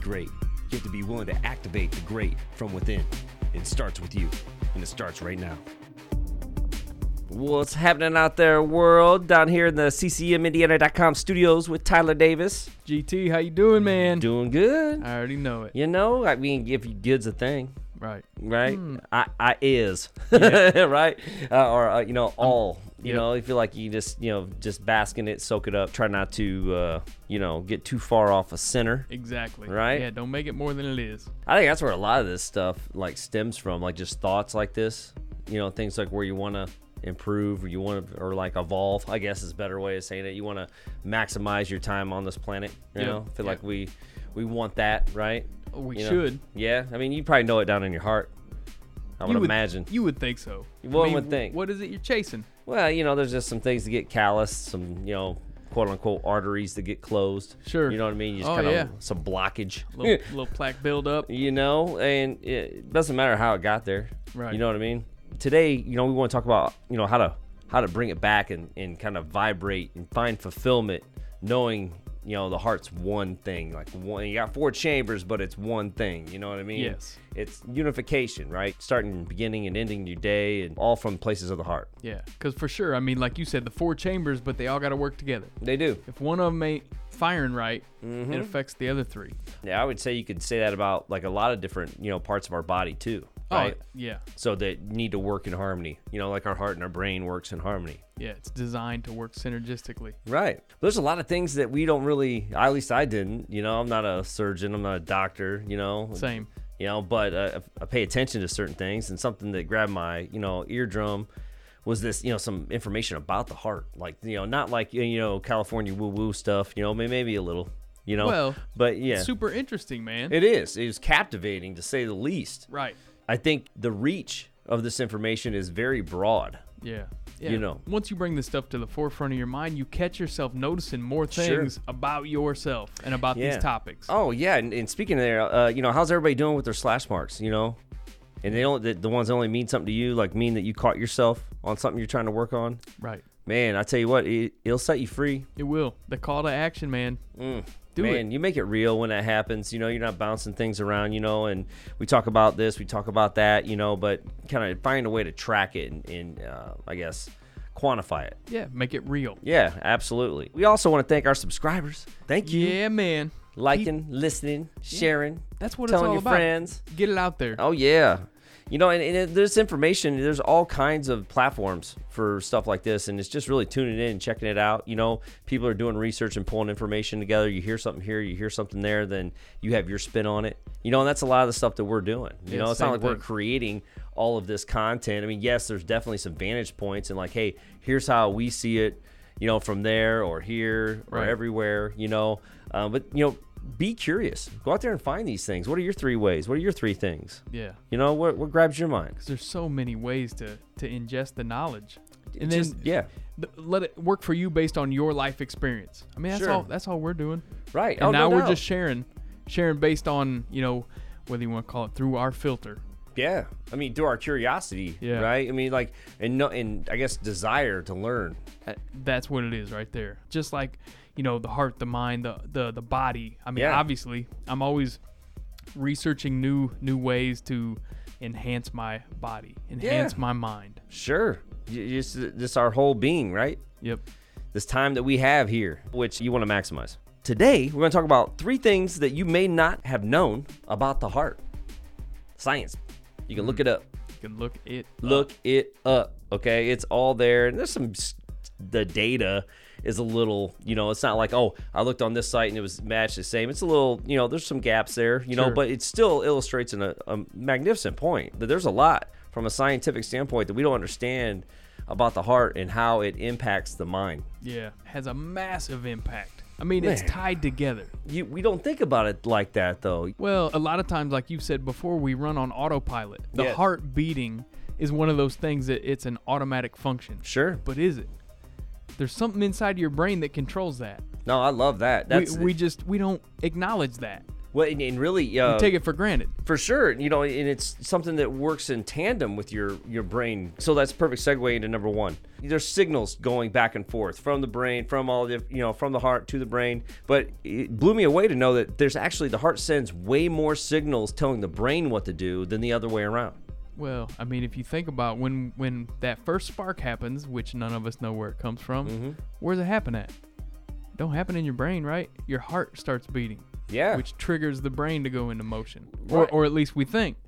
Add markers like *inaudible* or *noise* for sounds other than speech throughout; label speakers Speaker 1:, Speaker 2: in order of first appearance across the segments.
Speaker 1: great, you have to be willing to activate the great from within. It starts with you, and it starts right now.
Speaker 2: What's happening out there, world? Down here in the CCMIndiana.com studios with Tyler Davis.
Speaker 3: GT, how you doing, man?
Speaker 2: Doing good.
Speaker 3: I already know it.
Speaker 2: You know, I mean, if you good's a thing,
Speaker 3: Right. Hmm.
Speaker 2: right? I, I is, *laughs* right? Uh, or, uh, you know, all. You
Speaker 3: yeah.
Speaker 2: know, you feel like you just, you know, just bask in it, soak it up, try not to, uh, you know, get too far off a center.
Speaker 3: Exactly.
Speaker 2: Right?
Speaker 3: Yeah, don't make it more than it is.
Speaker 2: I think that's where a lot of this stuff like stems from, like just thoughts like this, you know, things like where you want to improve or you want to, or like evolve, I guess is a better way of saying it. You want to maximize your time on this planet, you
Speaker 3: Yeah,
Speaker 2: know, feel
Speaker 3: yeah.
Speaker 2: like we, we want that, right?
Speaker 3: Oh, we
Speaker 2: You know?
Speaker 3: should.
Speaker 2: Yeah. I mean, you probably know it down in your heart. I would,
Speaker 3: you
Speaker 2: imagine.
Speaker 3: You would think so.
Speaker 2: One would think.
Speaker 3: What is it you're
Speaker 2: *laughs*
Speaker 3: chasing?
Speaker 2: well, you know, there's just some things that get calloused, some, you know, quote unquote arteries that get closed.
Speaker 3: Sure.
Speaker 2: You know what I mean? You just
Speaker 3: Oh,
Speaker 2: kind of
Speaker 3: yeah.
Speaker 2: some blockage.
Speaker 3: Little, little plaque buildup.
Speaker 2: *laughs* you know, and it doesn't matter how it got there.
Speaker 3: Right.
Speaker 2: You know what I mean? Today, you know, we want to talk about, you know, how to how to bring it back and, and kind of vibrate and find fulfillment knowing, you know, the heart's one thing. Like one you got four chambers, but it's one thing. You know what I mean?
Speaker 3: Yes.
Speaker 2: It's unification, right? Starting beginning and ending your day and all from places of the heart.
Speaker 3: Yeah. Because for sure, I mean, like you said, the four chambers, but they all got to work together.
Speaker 2: They do.
Speaker 3: If one of them ain't firing right,
Speaker 2: Mm-hmm.
Speaker 3: it affects the other three.
Speaker 2: Yeah, I would say you could say that about like a lot of different, you know, parts of our body too. Right.
Speaker 3: Oh, yeah.
Speaker 2: So that need to work in harmony. You know, like our heart and our brain works in harmony.
Speaker 3: Yeah. It's designed to work synergistically.
Speaker 2: Right. There's a lot of things that we don't really, at least I didn't, you know, I'm not a surgeon, I'm not a doctor, you know.
Speaker 3: Same.
Speaker 2: You know, but uh, I pay attention to certain things and something that grabbed my, you know, eardrum was this, you know, some information about the heart. Like, you know, not like, you know, California woo woo stuff, you know, may- maybe a little, you know.
Speaker 3: Well,
Speaker 2: but yeah.
Speaker 3: Super interesting, man.
Speaker 2: It is. It is captivating to say the least.
Speaker 3: right.
Speaker 2: I think the reach of this information is very broad.
Speaker 3: Yeah.
Speaker 2: You
Speaker 3: yeah.
Speaker 2: know.
Speaker 3: once you bring this stuff to the forefront of your mind, you catch yourself noticing more
Speaker 2: Sure.
Speaker 3: things about yourself and about
Speaker 2: Yeah.
Speaker 3: these topics.
Speaker 2: Oh yeah, and, and speaking of there, uh, you know, how's everybody doing with their slash marks? You know, and they don't the, the ones that only mean something to you, like mean that you caught yourself on something you're trying to work on.
Speaker 3: Right.
Speaker 2: Man, I tell you what, it, it'll set you free.
Speaker 3: It will. The call to action, man. Do
Speaker 2: Mm. Man,
Speaker 3: it.
Speaker 2: you make it real when that happens. You know, you're not bouncing things around. You know, and we talk about this, we talk about that. You know, but kind of find a way to track it and, and uh, I guess quantify it.
Speaker 3: Yeah, make it real.
Speaker 2: Yeah, absolutely. We also want to thank our subscribers. Thank you,
Speaker 3: Yeah, man.
Speaker 2: liking, listening, sharing.
Speaker 3: That's what it's
Speaker 2: telling
Speaker 3: all
Speaker 2: your
Speaker 3: about.
Speaker 2: friends.
Speaker 3: Get it out there.
Speaker 2: Oh yeah, you know, and, and it- there's information. There's all kinds of platforms for stuff like this, and it's just really tuning in and checking it out. You know, people are doing research and pulling information together. You hear something here, you hear something there, then you have your spin on it. You know, and that's a lot of the stuff that we're doing. You
Speaker 3: Yeah,
Speaker 2: know, it's not
Speaker 3: same
Speaker 2: like we're
Speaker 3: thing.
Speaker 2: creating all of this content. I mean, yes, there's definitely some vantage points, and like, hey, here's how we see it. You know, from there or here or
Speaker 3: Right.
Speaker 2: everywhere. You know, uh, but you know. Be curious. Go out there and find these things. What are your three ways? What are your three things?
Speaker 3: Yeah.
Speaker 2: You know what? What grabs your mind?
Speaker 3: There's so many ways to to ingest the knowledge. And then
Speaker 2: Just- yeah,
Speaker 3: th- let it work for you based on your life experience. I mean, that's
Speaker 2: Sure.
Speaker 3: all that's all we're doing.
Speaker 2: right.
Speaker 3: And
Speaker 2: oh,
Speaker 3: now
Speaker 2: no
Speaker 3: we're
Speaker 2: doubt.
Speaker 3: just sharing sharing based on, you know, whether you want to call it through our filter.
Speaker 2: yeah. I mean, through our curiosity,
Speaker 3: Yeah.
Speaker 2: right? I mean, like, and no, and I guess desire to learn.
Speaker 3: That- that's what it is right there just like you know the heart the mind the the, the body i mean
Speaker 2: Yeah.
Speaker 3: obviously i'm always researching new new ways to enhance my body enhance
Speaker 2: Yeah.
Speaker 3: my mind
Speaker 2: Sure, Y- just just our whole being, right?
Speaker 3: yep
Speaker 2: This time that we have here, which you want to maximize. Today, we're going to talk about three things that you may not have known about the heart. Science. You can look it up.
Speaker 3: you can look it
Speaker 2: look it up okay it's all there and there's some s- the data is a little you know it's not like oh i looked on this site and it was matched the same it's a little you know there's some gaps there you know
Speaker 3: Sure.
Speaker 2: but it still illustrates in a, a magnificent point that there's a lot from a scientific standpoint that we don't understand about the heart and how it impacts the mind
Speaker 3: yeah has a massive impact i mean it's
Speaker 2: Man.
Speaker 3: tied together
Speaker 2: you we don't think about it like that though
Speaker 3: well a lot of times like you said before we run on autopilot the
Speaker 2: Yes.
Speaker 3: heart beating is one of those things that it's an automatic function
Speaker 2: sure
Speaker 3: but is it there's something inside your brain that controls that
Speaker 2: no i love that that's
Speaker 3: we, we just we don't acknowledge that.
Speaker 1: Well, and, and really, uh,
Speaker 3: You take it for granted.
Speaker 1: for sure you know and it's something that works in tandem with your your brain so that's a perfect segue into number one there's signals going back and forth from the brain from all the you know from the heart to the brain but it blew me away to know that there's actually the heart sends way more signals telling the brain what to do than the other way around
Speaker 3: Well, I mean, if you think about when when that first spark happens, which none of us know where it comes from,
Speaker 1: Mm-hmm.
Speaker 3: where does it happen at? It don't happen in your brain, right? Your heart starts beating,
Speaker 1: yeah
Speaker 3: which triggers the brain to go into motion,
Speaker 1: Right.
Speaker 3: or, or at least we think.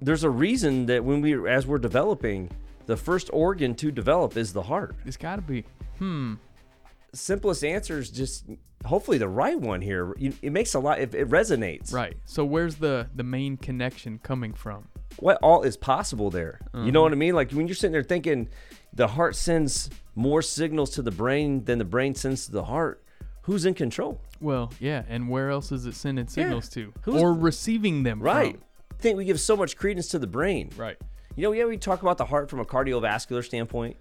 Speaker 1: there's a reason that when we as we're developing the first organ to develop is the heart
Speaker 3: It's got to be.
Speaker 1: simplest answer is just hopefully the right one here You- it makes a lot it, it resonates
Speaker 3: Right. So where's the the main connection coming from?
Speaker 1: what all is possible there. You
Speaker 3: Mm-hmm.
Speaker 1: know what I mean? Like when you're sitting there thinking the heart sends more signals to the brain than the brain sends to the heart, who's in control?
Speaker 3: Well, yeah, and where else is it sending signals to?
Speaker 1: Who's-
Speaker 3: or receiving them
Speaker 1: Right.
Speaker 3: from?
Speaker 1: I think we give so much credence to the brain.
Speaker 3: Right.
Speaker 1: You know, yeah, we talk about the heart from a cardiovascular standpoint,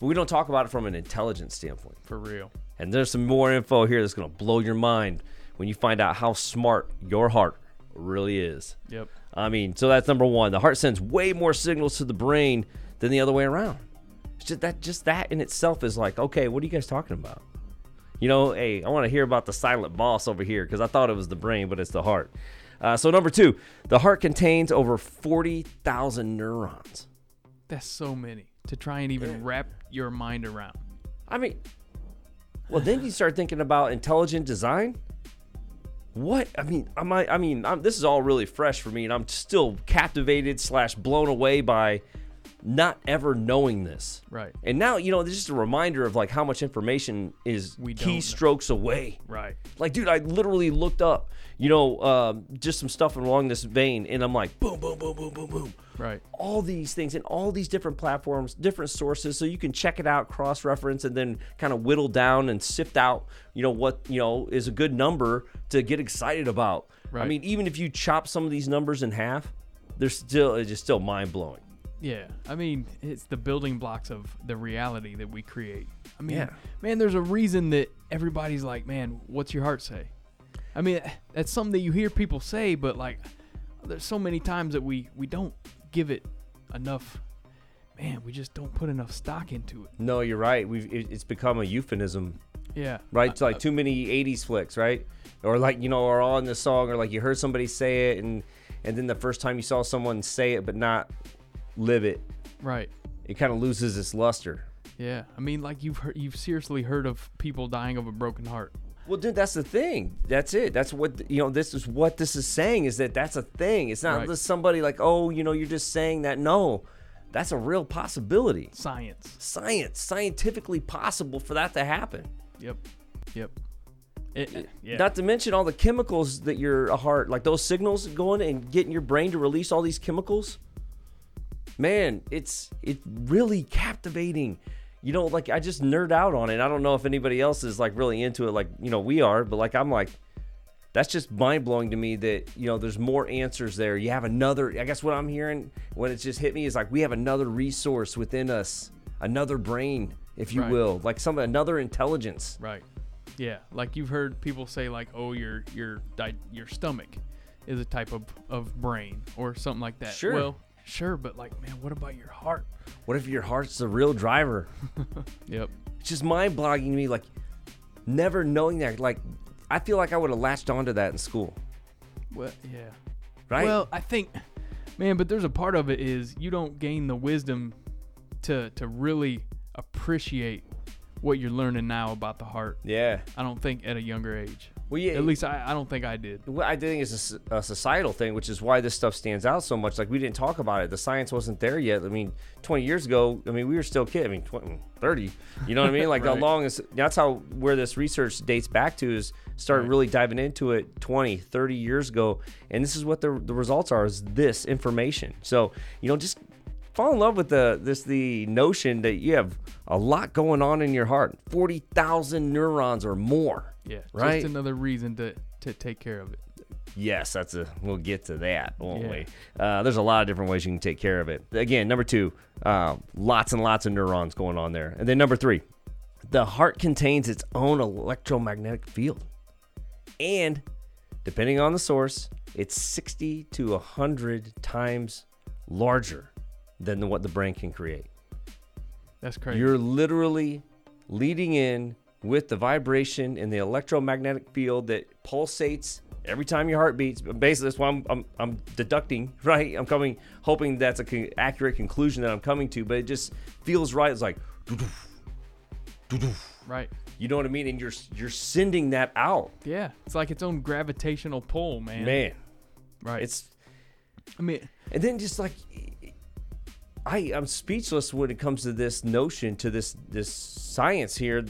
Speaker 1: but we don't talk about it from an intelligence standpoint.
Speaker 3: For real.
Speaker 1: And there's some more info here that's going to blow your mind when you find out how smart your heart really is.
Speaker 3: Yep.
Speaker 1: I mean, so that's number one. The heart sends way more signals to the brain than the other way around. It's just that, just that in itself is like, okay, what are you guys talking about? You know, hey, I want to hear about the silent boss over here because I thought it was the brain, but it's the heart. Uh, so number two, the heart contains over forty thousand neurons.
Speaker 3: That's so many to try and even wrap your mind around.
Speaker 1: I mean, well, then you start thinking about intelligent design. What I mean, I might, I mean, I'm, this is all really fresh for me, and I'm still captivated slash blown away by not ever knowing this.
Speaker 3: Right.
Speaker 1: And now, you know, this is just a reminder of like how much information is
Speaker 3: We don't know.
Speaker 1: keystrokes away.
Speaker 3: Right.
Speaker 1: Like, dude, I literally looked up, you know, um, just some stuff along this vein, and I'm like, boom, boom, boom, boom, boom, boom
Speaker 3: Right.
Speaker 1: all these things and all these different platforms, different sources, so you can check it out, cross reference, and then kind of whittle down and sift out, you know, what you know is a good number to get excited about. I
Speaker 3: Right.
Speaker 1: mean, even if you chop some of these numbers in half, they're still it's just still mind blowing.
Speaker 3: Yeah. I mean, it's the building blocks of the reality that we create. I mean,
Speaker 1: Yeah.
Speaker 3: man, there's a reason that everybody's like, man, what's your heart say? I mean, that's something that you hear people say, but like, there's so many times that we we don't give it enough. Man, we just don't put enough stock into it.
Speaker 1: No, you're right. We've it- it's become a euphemism
Speaker 3: Yeah.
Speaker 1: right? It's like too many '80s flicks, right? Or like you know, are all in the song, or like you heard somebody say it, and and then the first time you saw someone say it but not live it,
Speaker 3: Right.
Speaker 1: it kind of loses its luster.
Speaker 3: Yeah. I mean, like you've heard, you've seriously heard of people dying of a broken heart.
Speaker 1: Well, dude, that's the thing. That's it. That's what you know. This is what this is saying is that that's a thing. It's not
Speaker 3: Right.
Speaker 1: just somebody like, oh, you know, you're just saying that. No, that's a real possibility.
Speaker 3: Science.
Speaker 1: Science, scientifically possible for that to happen.
Speaker 3: Yep. Yep. It, yeah.
Speaker 1: Not to mention all the chemicals that your heart, like those signals going and getting your brain to release all these chemicals. Man, it's it's really captivating. You know, like I just nerd out on it. I don't know if anybody else is like really into it, like you know we are, but like I'm like, that's just mind blowing to me that you know there's more answers there. You have another. I guess what I'm hearing when it's just hit me is like we have another resource within us, another brain, if you
Speaker 3: Right.
Speaker 1: will, like some another intelligence.
Speaker 3: Right. Yeah, like you've heard people say, like, "Oh, your your di- your stomach is a type of of brain or something like that."
Speaker 1: Sure.
Speaker 3: Well, sure, but like, man, what about your heart?
Speaker 1: What if your heart's the real driver?
Speaker 3: Yep.
Speaker 1: it's just mind blogging to me like never knowing that like i feel like i would have latched onto that in school
Speaker 3: Well, yeah.
Speaker 1: right
Speaker 3: Well, I think, man, but there's a part of it is you don't gain the wisdom to to really appreciate what you're learning now about the heart.
Speaker 1: yeah
Speaker 3: I don't think at a younger age.
Speaker 1: Well, yeah,
Speaker 3: At least I, I don't think I did.
Speaker 1: well, i think it's a s- a, societal thing which is why this stuff stands out so much like we didn't talk about it the science wasn't there yet i mean 20 years ago i mean we were still kids i mean 20, 30 you know what i
Speaker 3: *laughs*
Speaker 1: mean *laughs* like how
Speaker 3: Right.
Speaker 1: long is that's how where this research dates back to is started really diving into it 20 30 years ago and this is what the, the results are is this information so you know just fall in love with the this the notion that you have a lot going on in your heart 40,000 neurons or more
Speaker 3: Yeah.
Speaker 1: Right.
Speaker 3: Just another reason to to take care of it.
Speaker 1: yes that's a we'll get to that won't
Speaker 3: Yeah.
Speaker 1: we uh, there's a lot of different ways you can take care of it again number two uh, lots and lots of neurons going on there and then number three the heart contains its own electromagnetic field and depending on the source, it's 60 to 100 times larger than what the brain can create.
Speaker 3: That's crazy.
Speaker 1: You're literally leading in with the vibration and the electromagnetic field that pulsates every time your heart beats. But Basically, that's why I'm, I'm, I'm deducting, right? I'm coming, hoping that's a con- accurate conclusion that I'm coming to, but it just feels right. It's like,
Speaker 3: right.
Speaker 1: you know what I mean? And you're, you're sending that out,
Speaker 3: Yeah. It's like its own gravitational pull, man.
Speaker 1: man.
Speaker 3: Right.
Speaker 1: It's
Speaker 3: I mean,
Speaker 1: and then just like I I'm speechless when it comes to this notion to this this science here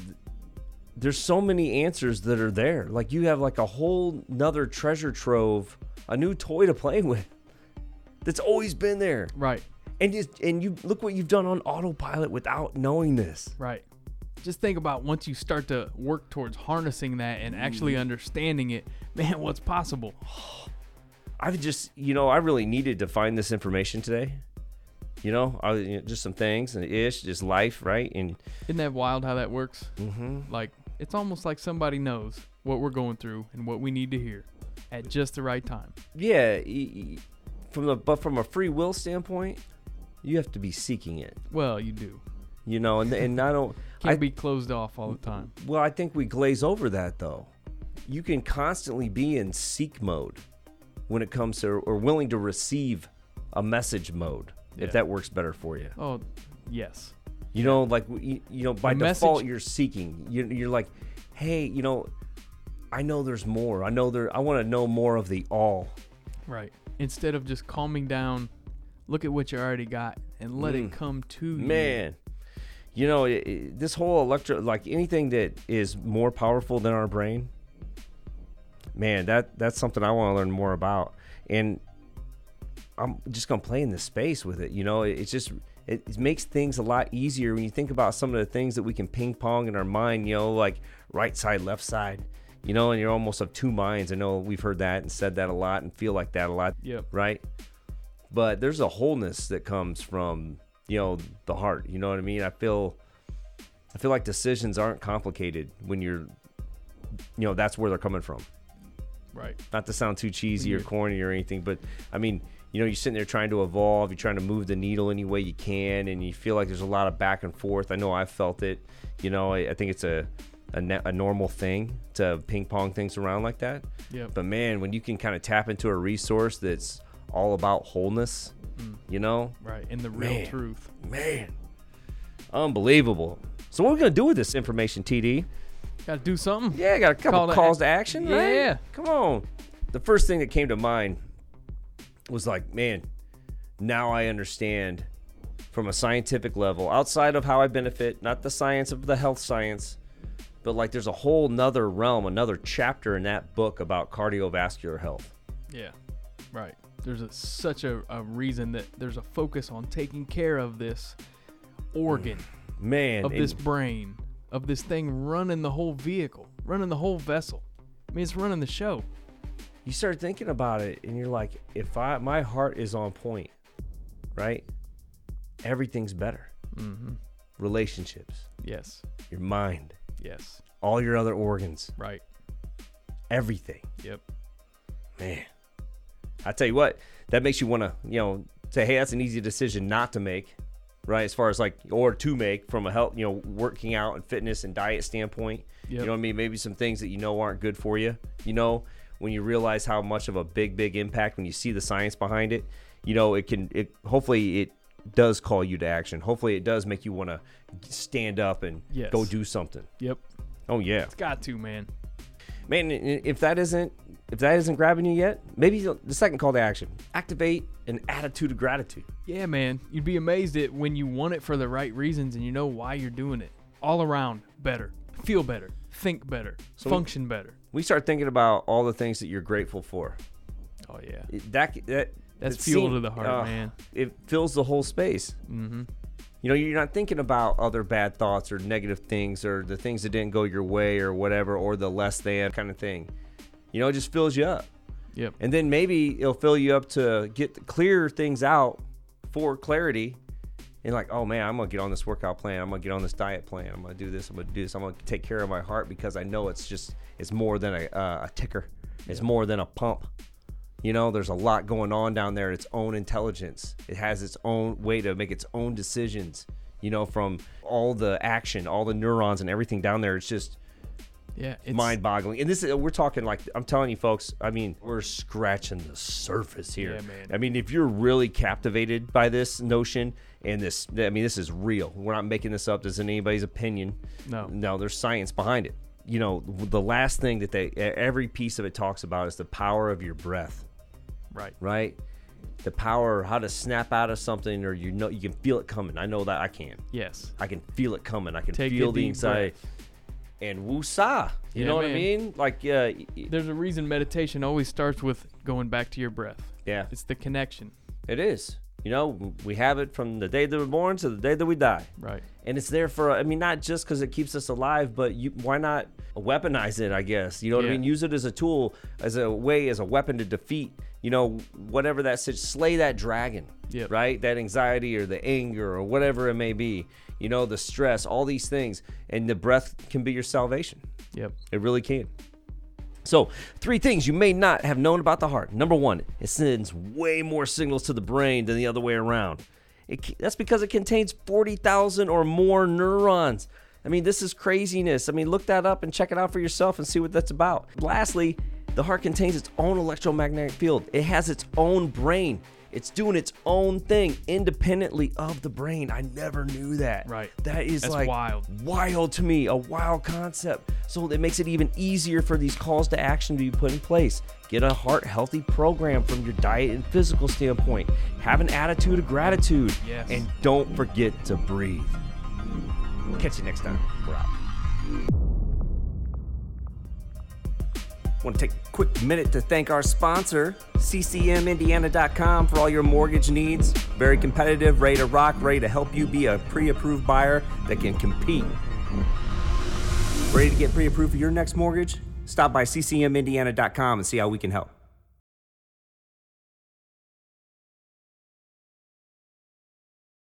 Speaker 1: there's so many answers that are there like you have like a whole nother treasure trove a new toy to play with that's always been there
Speaker 3: right.
Speaker 1: and just and you look what you've done on autopilot without knowing this
Speaker 3: Right. Just think about once you start to work towards harnessing that and
Speaker 1: Mm-hmm.
Speaker 3: actually understanding it, man, what's possible.
Speaker 1: I've just, you know, I really needed to find this information today. You know, I, you know, just some things and ish, just life, right? And
Speaker 3: Isn't that wild how that works? Mm-hmm. Like, it's almost like somebody knows what we're going through and what we need to hear at just the right time.
Speaker 1: yeah, y- y- from the but from a free will standpoint, you have to be seeking it.
Speaker 3: Well, you do.
Speaker 1: You know, and and I don't. I,
Speaker 3: Can't
Speaker 1: Mm-hmm.
Speaker 3: be closed off all the time.
Speaker 1: well, I think we glaze over that though. You can constantly be in seek mode when it comes to or willing to receive a message mode,
Speaker 3: Yeah.
Speaker 1: if that works better for you.
Speaker 3: Oh, yes.
Speaker 1: You know, like you, you know, by
Speaker 3: The message-
Speaker 1: default, you're seeking. You're, you're like, hey, you know, I know there's more. I know there. I want to know more of the all.
Speaker 3: Right. Instead of just calming down, look at what you already got and let it come to you.
Speaker 1: Mm. Man, you know, it, it- this whole electro, like anything that is more powerful than our brain. Man, that that's something I want to learn more about, and I'm just gonna play in this space with it. You know, it, it's just it, it makes things a lot easier when you think about some of the things that we can ping pong in our mind. You know, like right side, left side. You know, and you're almost of two minds. I know we've heard that and said that a lot and feel like that a lot
Speaker 3: Yep.
Speaker 1: right? But there's a wholeness that comes from you know the heart. You know what I mean? I feel, I feel like decisions aren't complicated when you're, you know, that's where they're coming from.
Speaker 3: Right.
Speaker 1: Not to sound too cheesy or corny or anything, but I mean, you know, you're sitting there trying to evolve, you're trying to move the needle any way you can, and you feel like there's a lot of back and forth. I know I felt it. You know, I, I think it's a a, na- a normal thing to ping pong things around like that.
Speaker 3: Yep.
Speaker 1: But man, when you can kind of tap into a resource that's all about wholeness, you know,
Speaker 3: Right. And the real
Speaker 1: Man.
Speaker 3: truth.
Speaker 1: man, unbelievable. So what are we gonna do with this information, TD?
Speaker 3: Got to do something.
Speaker 1: Yeah, I got a couple
Speaker 3: Call to
Speaker 1: calls
Speaker 3: ac-
Speaker 1: to action. right?
Speaker 3: Yeah.
Speaker 1: come on. The first thing that came to mind was like, man, now I understand from a scientific level, outside of how I benefit, not the science of the health science, but like there's a whole nother realm, another chapter in that book about cardiovascular health.
Speaker 3: Yeah, right. There's a, such a, a reason that there's a focus on taking care of this organ,
Speaker 1: Mm. man
Speaker 3: of
Speaker 1: and-
Speaker 3: this brain, of this thing running the whole vehicle, running the whole vessel. I mean, it's running the show.
Speaker 1: you start thinking about it and you're like if i my heart is on point right everything's better relationships
Speaker 3: Yes,
Speaker 1: your mind
Speaker 3: yes,
Speaker 1: all your other organs
Speaker 3: right.
Speaker 1: everything
Speaker 3: Yep.
Speaker 1: man i tell you what that makes you want to you know say hey that's an easy decision not to make right as far as like or to make from a health you know working out and fitness and diet standpoint you
Speaker 3: Yep.
Speaker 1: know what i mean maybe some things that you know aren't good for you you know when you realize how much of a big big impact when you see the science behind it you know it can it hopefully it does call you to action hopefully it does make you want to stand up and
Speaker 3: Yes.
Speaker 1: go do something
Speaker 3: Yep.
Speaker 1: oh yeah
Speaker 3: Got to, man.
Speaker 1: man i- i- if that isn't if that isn't grabbing you yet maybe the the second call to action activate an attitude of gratitude
Speaker 3: Yeah, man. You'd be amazed at when you want it for the right reasons and you know why you're doing it. All around better, feel better, think better,
Speaker 1: we-
Speaker 3: function better.
Speaker 1: we start thinking about all the things that you're grateful for
Speaker 3: Oh yeah.
Speaker 1: It- that that
Speaker 3: That's
Speaker 1: it uh,
Speaker 3: fuel
Speaker 1: seem-
Speaker 3: to the heart,
Speaker 1: Ugh,
Speaker 3: man.
Speaker 1: it fills the whole space mm-hmm. you know you're not thinking about other bad thoughts or negative things or the things that didn't go your way or whatever or the less than kind of thing you know it just fills you up
Speaker 3: Yep.
Speaker 1: and then maybe it'll fill you up to get the clear things out for clarity and like, oh man, I'm gonna get on this workout plan. I'm gonna get on this diet plan. I'm gonna do this. I'm gonna do this. I'm gonna take care of my heart because I know it's just it's more than a uh, a ticker. It's more than a pump. You know, there's a lot going on down there. Its own intelligence. It has its own way to make its own decisions. You know, from all the action, all the neurons and everything down there. It's just
Speaker 3: Yeah, it's
Speaker 1: mind-boggling. And this is we're talking like I'm telling you folks, I mean, we're scratching the surface here.
Speaker 3: Yeah, man.
Speaker 1: I mean, if you're really captivated by this notion and this I mean, this is real. We're not making this up. This isn't anybody's opinion.
Speaker 3: No.
Speaker 1: No, there's science behind it. You know, the last thing that they e, every piece of it talks about is the power of your breath
Speaker 3: right.
Speaker 1: right? The power, how to snap out of something, or you know, you can feel it coming. I know that I can.
Speaker 3: Yes.
Speaker 1: I can feel it coming. I can
Speaker 3: Take a
Speaker 1: feel the
Speaker 3: deep
Speaker 1: anxiety. And woosah, you
Speaker 3: Yeah,
Speaker 1: know what I
Speaker 3: man.
Speaker 1: mean? Like, yeah, y- y-
Speaker 3: There's a reason meditation always starts with going back to your breath.
Speaker 1: yeah,
Speaker 3: It's the connection.
Speaker 1: it is. You know, we have it from the day that we're born to the day that we die.
Speaker 3: Right.
Speaker 1: and it's there for i mean not just because it keeps us alive but you why not weaponize it i guess you know what i
Speaker 3: Yeah.
Speaker 1: mean use it as a tool as a way as a weapon to defeat you know whatever that sit slay that dragon
Speaker 3: Yep.
Speaker 1: right that anxiety or the anger or whatever it may be you know the stress all these things and the breath can be your salvation
Speaker 3: Yep.
Speaker 1: it really can. So, three things you may not have known about the heart. Number one, it sends way more signals to the brain than the other way around. It, c- that's because it contains 40,000 or more neurons. I mean, this is craziness. I mean, look that up and check it out for yourself and see what that's about. Lastly, the heart contains its own electromagnetic field, it has its own brain. It's doing its own thing independently of the brain. I never knew that.
Speaker 3: Right.
Speaker 1: That is
Speaker 3: That's
Speaker 1: like
Speaker 3: wild.
Speaker 1: wild to me, a wild concept. So it makes it even easier for these calls to action to be put in place. Get a heart healthy program from your diet and physical standpoint. Have an attitude of gratitude.
Speaker 3: Yes.
Speaker 1: And don't forget to breathe. Catch you next time. We're out. Want to take a quick minute to thank our sponsor, CCMIndiana.com, for all your mortgage needs. Very competitive, ready to rock, ready to help you be a pre approved buyer that can compete. Ready to get pre approved for your next mortgage? Stop by CCMIndiana.com and see how we can help.